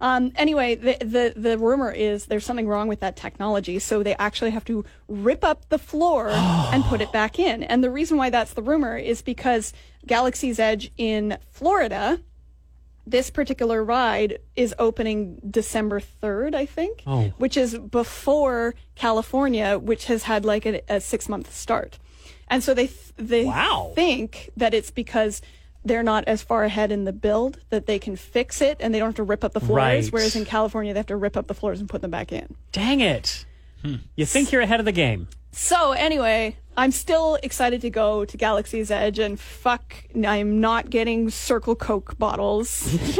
B: Um, anyway, the, the the rumor is there's something wrong with that technology, so they actually have to rip up the floor and put it back in. And the reason why that's the rumor is because Galaxy's Edge in Florida, this particular ride is opening December 3rd, I think,
A: Oh.
B: which is before California, which has had like a, a six month start. And so they, th- they
A: Wow.
B: think that it's because they're not as far ahead in the build that they can fix it and they don't have to rip up the floors.
A: Right.
B: Whereas in California, they have to rip up the floors and put them back in.
A: Dang it! You think you're ahead of the game?
B: So anyway, I'm still excited to go to Galaxy's Edge and fuck, I'm not getting Circle Coke bottles.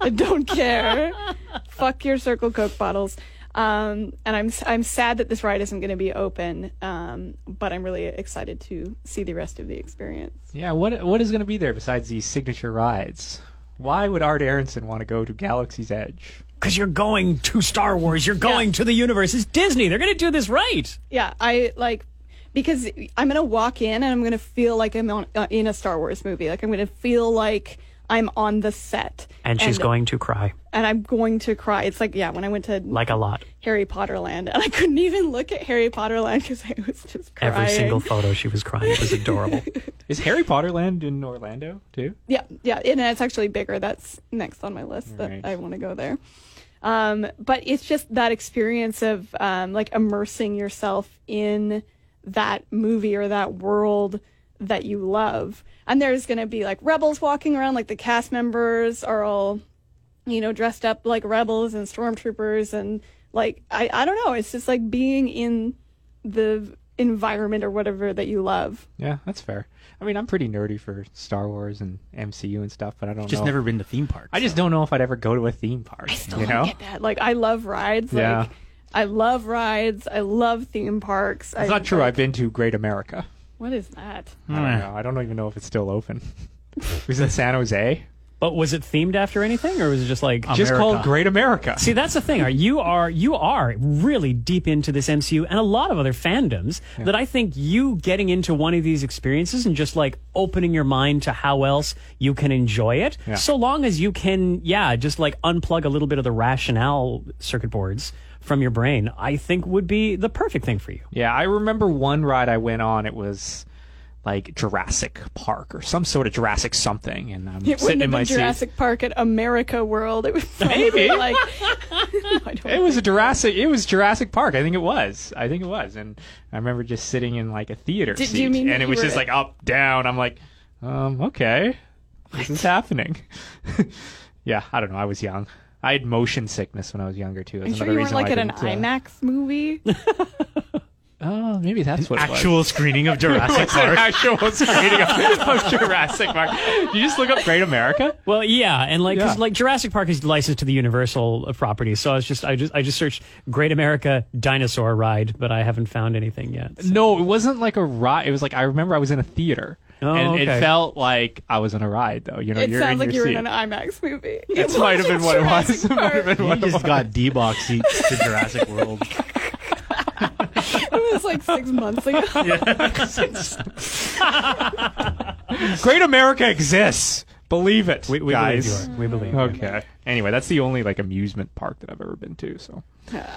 B: I don't care. fuck your Circle Coke bottles. Um, and I'm I'm sad that this ride isn't going to be open, um, but I'm really excited to see the rest of the experience.
D: Yeah, what what is going to be there besides these signature rides? Why would Art Aronson want to go to Galaxy's Edge?
A: Because you're going to Star Wars. You're going to the universe. It's Disney. They're going to do this right.
B: Yeah, I like because I'm going to walk in and I'm going to feel like I'm on, uh, in a Star Wars movie. Like I'm going to feel like I'm on the set.
A: And she's going to cry
B: and I'm going to cry. It's like, yeah, when I went to
A: like a lot.
B: Harry Potter Land, and I couldn't even look at Harry Potter Land because I was just crying.
A: Every single photo she was crying. It was adorable.
D: Is Harry Potter Land in Orlando too?
B: Yeah, yeah, and it's actually bigger. That's next on my list that
D: Right.
B: I want to go there. Um, but it's just that experience of um, like immersing yourself in that movie or that world that you love. And there's going to be like rebels walking around, like the cast members are all, you know, dressed up like rebels and stormtroopers. And like, I, I don't know, it's just like being in the environment or whatever that you love.
D: Yeah, that's fair. I mean, I'm pretty nerdy for Star Wars and MCU and stuff, but I don't
E: Just
D: know.
E: never been to theme parks.
D: I just don't know if I'd ever go to a theme park.
B: I
D: you know,
B: get that. Like I love rides.
D: Yeah.
B: Like I love rides. I love theme parks.
D: it's not true. I've been to Great America.
B: What is that?
D: I
E: Hmm.
D: don't know. I don't even know if it's still open. it was in San Jose.
A: But was it themed after anything, or was it just like?
D: Just
E: America.
D: called Great America.
A: See, that's the thing. Are you are you are really deep into this MCU and a lot of other fandoms that I think you getting into one of these experiences and just like opening your mind to how else you can enjoy it. So long as you can, yeah, just like unplug a little bit of the rationale circuit boards from your brain, I think would be the perfect thing for you.
D: Yeah, I remember one ride I went on. It was like Jurassic Park or some sort of Jurassic something, and I'm
B: It
D: sitting
B: wouldn't
D: in
B: have
D: my
B: been
D: seat.
B: Jurassic Park at America World. It was probably
D: Maybe.
B: like I don't
D: It was a Jurassic. It was Jurassic Park. I think it was. I think it was. And I remember just sitting in like a theater
B: Did
D: seat,
B: you mean that
D: and it was
B: you
D: just
B: were-
D: like up down. I'm like, um, okay, this is happening. yeah, I don't know. I was young. I had motion sickness when I was younger too.
B: I'm
D: That's
B: sure
D: another
B: you weren't
D: reason why
B: like at
D: I
B: an
D: didn't, uh,
B: IMAX movie.
D: Oh, maybe that's what it was.
E: Actual screening of Jurassic
D: It's an
E: Park.
D: actual screening of, of Jurassic Park. You just look up Great America.
A: Well, yeah, and like 'cause,
D: Yeah.
A: like Jurassic Park is licensed to the Universal uh, property, so I was just I just I just searched Great America Dinosaur Ride, but I haven't found anything yet.
D: No, it wasn't like a ride. It was like I remember I was in a theater,
A: Oh,
D: and
A: okay.
D: it felt like I was on a ride though. You know,
B: it
D: you're in
B: sounds like you
D: your
B: were
D: seat.
B: in an IMAX movie.
D: That might have been what it was.
B: Jurassic
D: It might have
B: Park.
D: been
E: You just got D box seats to Jurassic World.
B: It was like six months ago.
D: Great America exists. Believe it,
A: We, we
D: guys.
A: believe you are. We believe. you.
D: Okay. Anyway, that's the only like amusement park that I've ever been to. So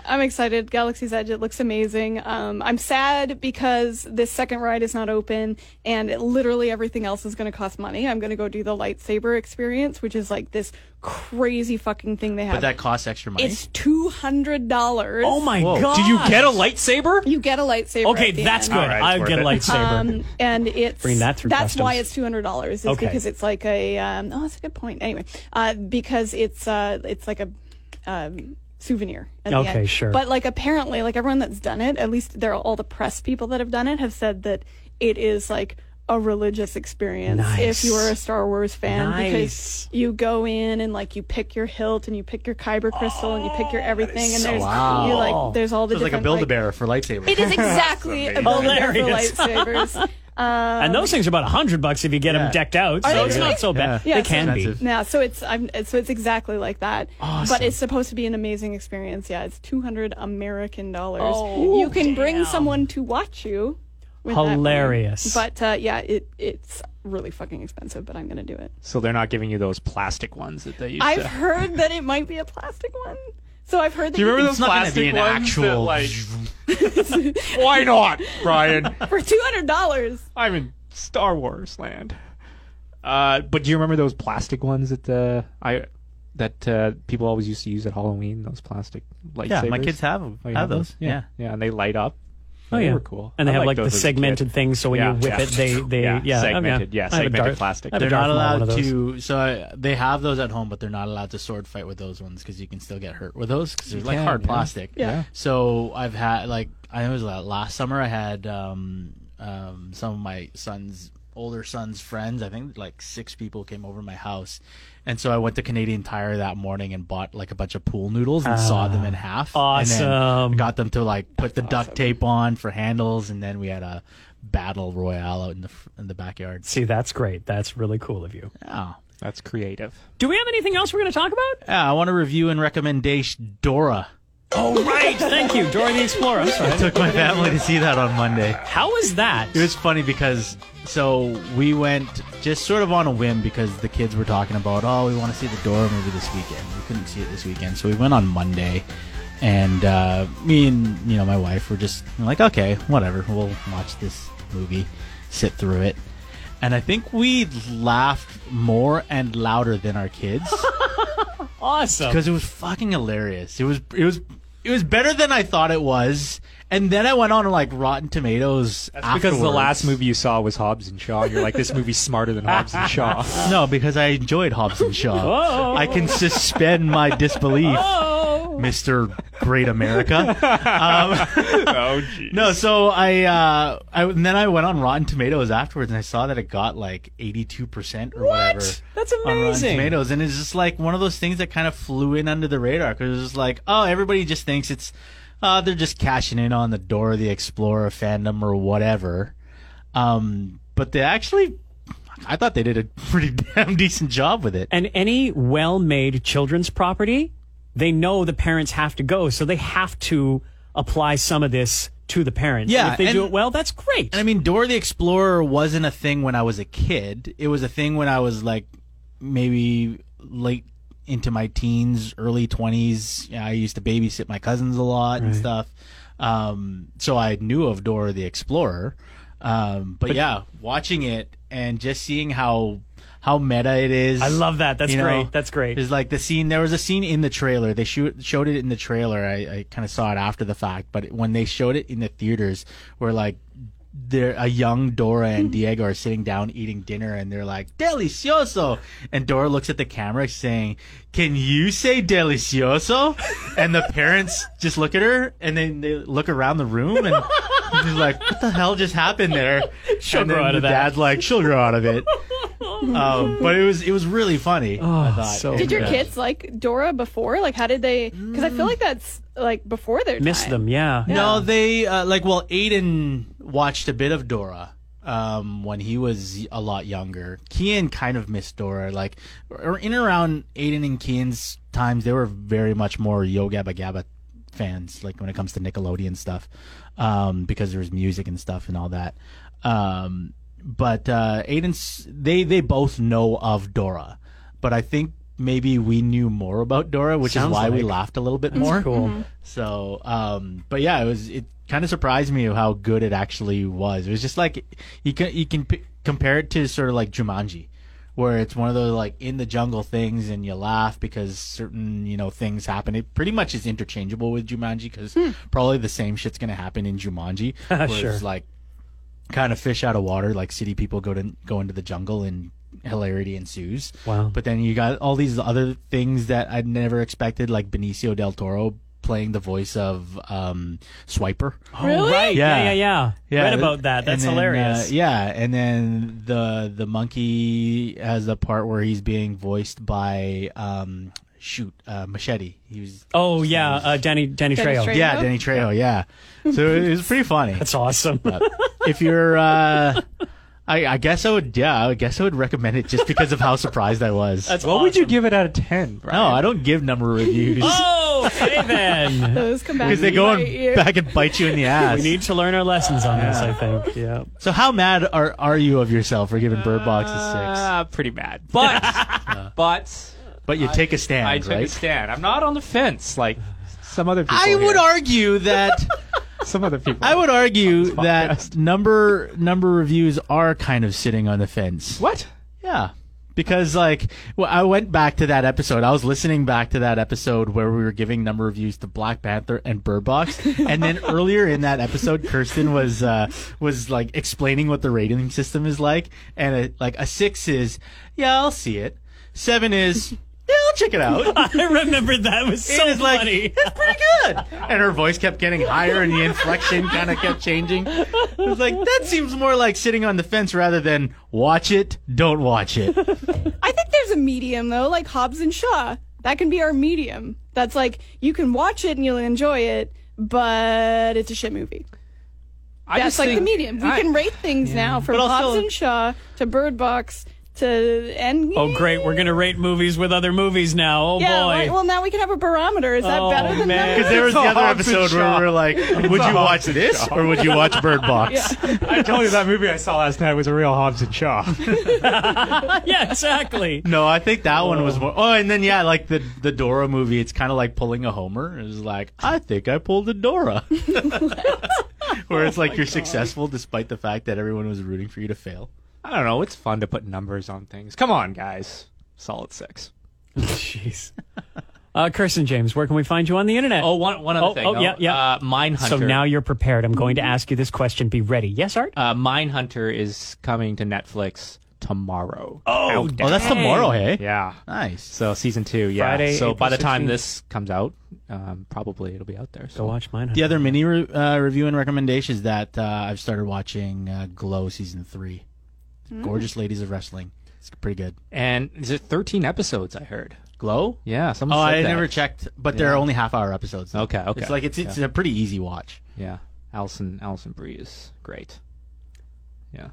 B: I'm excited. Galaxy's Edge. It looks amazing. Um, I'm sad because this second ride is not open, and it, literally everything else is going to cost money. I'm going to go do the lightsaber experience, which is like this crazy fucking thing they have.
E: But that costs extra money.
B: it's two hundred dollars.
A: Oh my god!
D: did you get a lightsaber?
B: You get a lightsaber.
A: Okay,
B: at the
A: that's
B: end.
A: good.
D: All right,
A: I'll
D: it's
A: get a
D: worth it.
A: lightsaber.
B: Um, and it's
A: Bring that through
B: that's
A: customs.
B: why it's two hundred dollars. Is
A: Okay.
B: because it's like a um, oh, that's a good point. Anyway, uh, because it's uh, it's like a um, souvenir. At
A: Okay,
B: the end.
A: sure.
B: But like apparently, like everyone that's done it, at least there are all the press people that have done it, have said that it is like a religious experience
A: Nice.
B: if you are a Star Wars fan
A: Nice.
B: because you go in and like you pick your hilt and you pick your kyber crystal and you pick your everything and
A: Oh, so
B: there's
A: cool.
B: you like there's all the
E: So it's like a
B: different,
E: Build a Bear for lightsabers.
B: it is exactly a building for
A: Hilarious.
B: lightsabers.
A: and those things are about hundred bucks if you get them
E: Yeah.
A: decked out, so
B: they
A: it's
B: really?
A: not so bad.
B: Yeah.
A: They
B: Yeah,
A: can
E: expensive.
A: be.
B: Yeah, so it's I'm so it's exactly like that. But it's supposed to be an amazing experience. Yeah, it's two hundred American dollars. you can bring someone to watch you. with that money.
A: Hilarious.
B: But uh, yeah, it it's really fucking expensive. But I'm gonna do it.
D: So they're not giving you those plastic ones that they used
B: I've
D: to.
B: heard that it might be a plastic one. So I've heard that.
D: Do you remember
B: can-
E: It's
D: those
E: not going to
D: plastic
E: be an
D: ones that,
E: actual.
D: like Why not, Brian?
B: for two hundred dollars?
D: I'm in Star Wars land. Uh, but do you remember those plastic ones that the I that uh, people always used to use at Halloween? Those plastic lightsabers.
E: yeah, my kids have have,
D: Oh, you
E: those. Yeah.
D: yeah, and they light up.
A: Oh
D: they
A: yeah,
D: were cool.
A: And they
D: I
A: have
D: liked
A: like the
D: those as a kid.
A: segmented things, so when
D: Yeah,
A: you whip
D: yeah.
A: it, they they yeah,
D: Yeah,
A: oh, yeah.
D: segmented, yeah,
A: I have a
D: segmented
A: Darth-
D: plastic.
A: I have a
E: They're
A: Darth
E: not
A: Maul one
E: allowed
A: of those.
E: to. So uh, they have those at home, but they're not allowed to sword fight with those ones because you can still get hurt with those because they're like
D: can,
E: hard
D: yeah.
E: plastic.
D: Yeah.
E: So I've had like I know it was like last summer I had um, um, some of my son's older son's friends. I think like six people came over to my house, and so I went to Canadian Tire that morning and bought like a bunch of pool noodles and sawed them in half. And
A: awesome.
E: then got them to like put the duct tape on for handles, and then we had a battle royale out in the fr- in the backyard.
A: See, that's great. That's really cool of you.
E: Oh.
D: That's creative.
A: Do we have anything else we're going to talk about?
E: Yeah, I want to review and recommend Dash Dora.
A: Oh, right. Thank you, Dora the Explorer. I'm
E: I
A: sorry.
E: took my family to see that on Monday.
A: How is that?
E: It was funny because so we went just sort of on a whim because the kids were talking about, oh, we want to see the Dora movie this weekend. We couldn't see it this weekend, so we went on Monday, and uh, me and you know my wife were just like, okay, whatever, we'll watch this movie, sit through it, and I think we laughed more and louder than our kids.
A: awesome.
E: because it was fucking hilarious. It was it was it was better than I thought it was. And then I went on to like Rotten Tomatoes
D: Because the
E: afterwards.
D: last movie you saw was Hobbs and Shaw. You're like, this movie's smarter than Hobbs and Shaw.
E: No, because I enjoyed Hobbs and
D: Oh.
A: Oh.
E: Shaw. I can suspend my disbelief, Mister Great America. Um,
D: oh, geez.
E: No, so I, uh, I and then I went on Rotten Tomatoes afterwards, and I saw that it got like eighty-two percent or whatever.
A: That's
E: on Rotten
A: amazing.
E: Tomatoes, and it's just like one of those things that kind of flew in under the radar because it's just like, oh, everybody just thinks it's, uh, they're just cashing in on the Dora the Explorer fandom or whatever. Um, but they actually, I thought they did a pretty damn decent job with it.
A: And any well-made children's property, they know the parents have to go, so they have to apply some of this to the parents.
E: Yeah,
A: And if they do
E: and-
A: it well, that's great.
E: And I mean, Dora the Explorer wasn't a thing when I was a kid. It was a thing when I was like maybe late into my teens, early 20s, yeah, I used to babysit my cousins a lot and stuff. Um, so I knew of Dora the Explorer. Um, but, yeah, watching it and just seeing how how meta it is.
A: I love that. That's
E: you know,
A: great. That's great.
E: There's like the scene. There was a scene in the trailer. They shoot, showed it in the trailer. I, I kind of saw it after the fact, but when they showed it in the theaters, where like they're a young Dora and Diego are sitting down eating dinner, and they're like delicioso, and Dora looks at the camera saying, "Can you say delicioso?" And the parents just look at her, and then they look around the room and. She's like, what the hell just happened there?
A: She'll
E: and
A: grow
E: then
A: out of
E: the
A: that.
E: Dad's like, she'll grow out of it. Um, but it was it was really funny. I thought. uh,
A: so
B: Did your
A: Yeah.
B: kids like Dora before? Like, how did they? Because I feel like that's like before their
A: Miss
B: time.
A: them, yeah.
E: No, they uh, like well, Aiden watched a bit of Dora um, when he was a lot younger. Kian kind of missed Dora, like or in and around Aiden and Kian's times, they were very much more Yo Gabba Gabba fans, like when it comes to Nickelodeon stuff, um, because there was music and stuff and all that. Um, but uh, Aiden's they they both know of Dora, but I think. Maybe we knew more about Dora, which
A: Sounds
E: is why we
A: like-
E: laughed a little bit more.
A: cool.
E: So, um, but yeah, it was. It kind of surprised me how good it actually was. It was just like you can you can p- compare it to sort of like Jumanji, where it's one of those like in the jungle things, and you laugh because certain you know things happen. It pretty much is interchangeable with Jumanji because probably the same shit's gonna happen in Jumanji. where it's
A: Sure.
E: like kind of fish out of water. Like city people go to go into the jungle and hilarity ensues.
A: Wow.
E: But then you got all these other things that I'd never expected, like Benicio del Toro playing the voice of um, Swiper.
A: Really? Oh, Right. Yeah, yeah,
E: Yeah.
A: yeah. Read about that.
E: and
A: That's
E: then,
A: hilarious.
E: uh, yeah, and then the the monkey has a part where he's being voiced by um, shoot uh, Machete. He was
A: Oh yeah, uh, Danny Danny
B: Danny
A: Trejo.
B: Trejo.
E: yeah, Danny Trejo. Yeah, so it was pretty funny.
A: That's awesome.
E: if you're uh I, I guess I would yeah, I guess I would recommend it just because of how surprised I was.
A: That's
D: What would you give it out of ten? Brian? Uh,
E: no, I don't give number reviews.
A: Oh, hey then.
B: Those come back
E: Because they
B: to
E: go
B: my
E: and
B: ear.
E: back and bite you in the ass.
A: We need to learn our lessons on this, I think. Yeah.
E: so how mad are are you of yourself for giving Bird Box a
D: Uh, pretty bad, Uh. but but
E: six? But you take a stand,
D: I took
E: right?
D: a stand. I'm not on the fence like some other people.
E: I would
D: here.
E: argue that
D: some other people.
E: I would argue
D: On this
E: that number number reviews are kind of sitting on the fence.
D: what?
E: Yeah. Because like well, I went back to that episode. I was listening back to that episode where we were giving number reviews to Black Panther and Bird Box, and then earlier in that episode, Kirsten was uh, was like explaining what the rating system is like, and it, like a six is yeah, I'll see it. Seven is yeah, I'll check it out.
A: I remember that was so
E: It is like,
A: funny.
E: That's pretty good. And her voice kept getting higher, and the inflection kind of kept changing. It was like that seems more like sitting on the fence rather than watch it, don't watch it.
B: I think there's a medium though, like Hobbs and Shaw. That can be our medium. That's like you can watch it and you'll enjoy it, but it's a shit movie.
D: I
B: That's
D: just
B: like
D: think,
B: the medium. We
D: I-
B: can rate things now from
E: But also-
B: Hobbs and Shaw to Bird Box to and
A: Oh great, we're gonna rate movies with other movies now. Oh
B: yeah.
A: boy.
B: right, Well, now we can have a barometer. Is that
A: Oh,
B: better than
A: man.
B: that?
E: Because there was
D: It's a
E: the other
D: hard to
E: episode where we were
D: shop.
E: like, would
D: a
E: you
D: hard
E: watch
D: to
E: this or would you watch Bird Box?
D: I told you that movie I saw last night was a real Hobbs and Shaw.
A: yeah, exactly.
E: No, I think that one was more. Oh, and then yeah, like the the Dora movie, it's kind of like pulling a Homer. It was like, I think I pulled a Dora, where
D: Oh
E: it's like you're successful despite the fact that everyone was rooting for you to fail.
D: I don't know. It's fun to put numbers on things. Come on, guys. Solid six.
A: Jeez. Uh, Kirsten James, where can we find you on the internet?
D: Oh, one one other
A: Oh,
D: thing.
A: oh, yeah, yeah.
D: Uh, Mindhunter.
A: so now you're prepared. I'm going to ask you this question. Be ready. Yes, Art?
D: uh, Mindhunter is coming to Netflix tomorrow.
A: Oh,
E: Oh, that's tomorrow, hey?
D: Yeah.
E: Nice.
D: So season two, yeah.
A: Friday,
D: so by
A: April
D: the time
A: 16th.
D: this comes out, um, probably it'll be out there.
A: Go
D: So
A: watch mine.
E: The other mini re- uh, review and recommendation is that uh, I've started watching uh, Glow season three. Gorgeous ladies of wrestling. It's pretty good.
D: and is it thirteen episodes? I heard.
E: Glow.
D: Yeah. Someone
E: Oh,
D: said
E: I
D: that.
E: never checked, but there are only half hour episodes. though.
D: Okay, okay.
E: It's like it's it's a pretty easy watch.
D: Yeah. Allison Allison Brie is great. Yeah.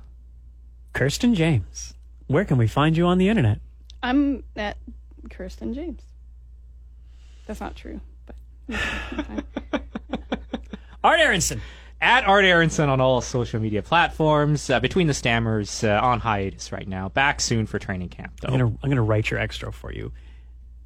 A: Kirsten James, where can we find you on the internet?
B: I'm at Kirsten James. That's not true. But
A: Art Aronson.
D: At Art Aronson on all social media platforms. Uh, Between the Stammers uh, on hiatus right now. Back soon for training camp though.
A: I'm gonna I'm gonna write your extra for you.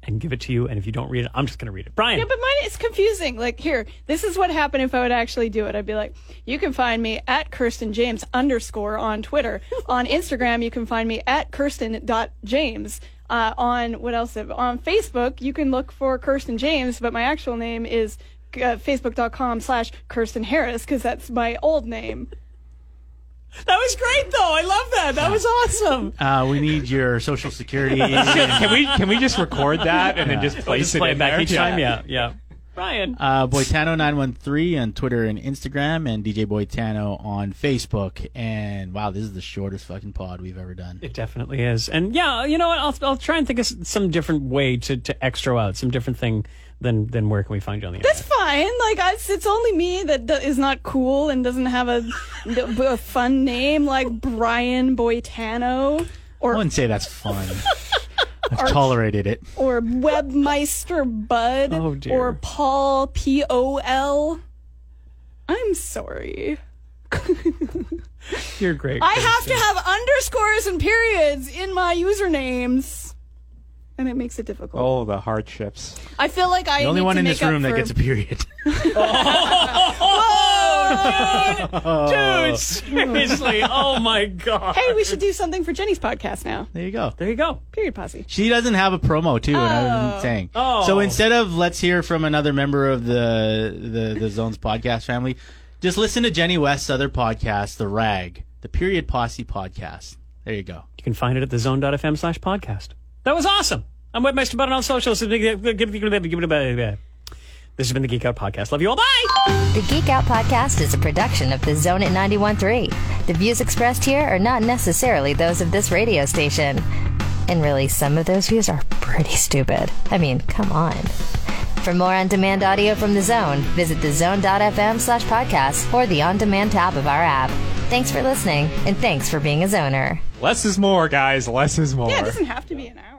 A: and give it to you. And if you don't read it, I'm just going to read it. Brian.
B: Yeah, but mine is confusing. Like, here, this is what happened if I would actually do it. I'd be like, you can find me at Kirsten James underscore on Twitter. on Instagram, you can find me at Kirsten.James. Uh, on what else? On Facebook, you can look for Kirsten James, but my actual name is uh, facebook.com slash Kirsten Harris because that's my old name.
A: that was great, though. I love that. That was awesome.
E: Uh, we need your social security. Uh,
D: can we can we just record that and then just place
A: Just
D: it
A: play
D: in
A: it back
D: there?
A: each time. Yeah, yeah. Brian.
E: Uh, Boytano913 on Twitter and Instagram, and DJ Boytano on Facebook. And wow, this is the shortest fucking pod we've ever done.
A: It definitely is. And yeah, you know what? I'll, I'll try and think of s- some different way to, to extra out, some different thing than, than where can we find you on the
B: That's
A: internet.
B: fine. Like, I, it's only me that do- is not cool and doesn't have a, a fun name like Brian Boitano
E: I
B: or
E: wouldn't say that's fun. I've tolerated it.
B: or Webmeister Bud
A: Oh, dear.
B: or Paul P O L. I'm sorry.
A: You're great.
B: I have to have underscores and periods in my usernames. And it makes it difficult.
D: Oh, the hardships.
B: I feel like I
E: Oh. The only
B: need
E: one
B: to
E: in
B: make
E: this
B: up
E: room that
B: for-
E: gets a period.
A: Oh, dude, seriously. oh, my God.
B: Hey, we should do something for Jenny's podcast now.
E: There you go.
A: There you go.
B: Period posse.
E: She doesn't have a promo too, and I wasn't saying.
A: Oh.
E: So instead of let's hear from another member of the the, the Zones podcast family, just listen to Jenny West's other podcast, The Rag, the Period Posse podcast. There you go.
A: You can find it at thezone.fm slash podcast. That was awesome. I'm Webmaster Button on socials. This has been the Geek Out Podcast. Love you all. Bye.
F: The Geek Out Podcast is a production of The Zone at 91.3. The views expressed here are not necessarily those of this radio station. And really, some of those views are pretty stupid. I mean, come on. For more on-demand audio from The Zone, visit thezone.fm slash podcast or the on-demand tab of our app. Thanks for listening, and thanks for being a zoner.
D: Less is more, guys. Less is more.
B: Yeah, it doesn't have to be an hour.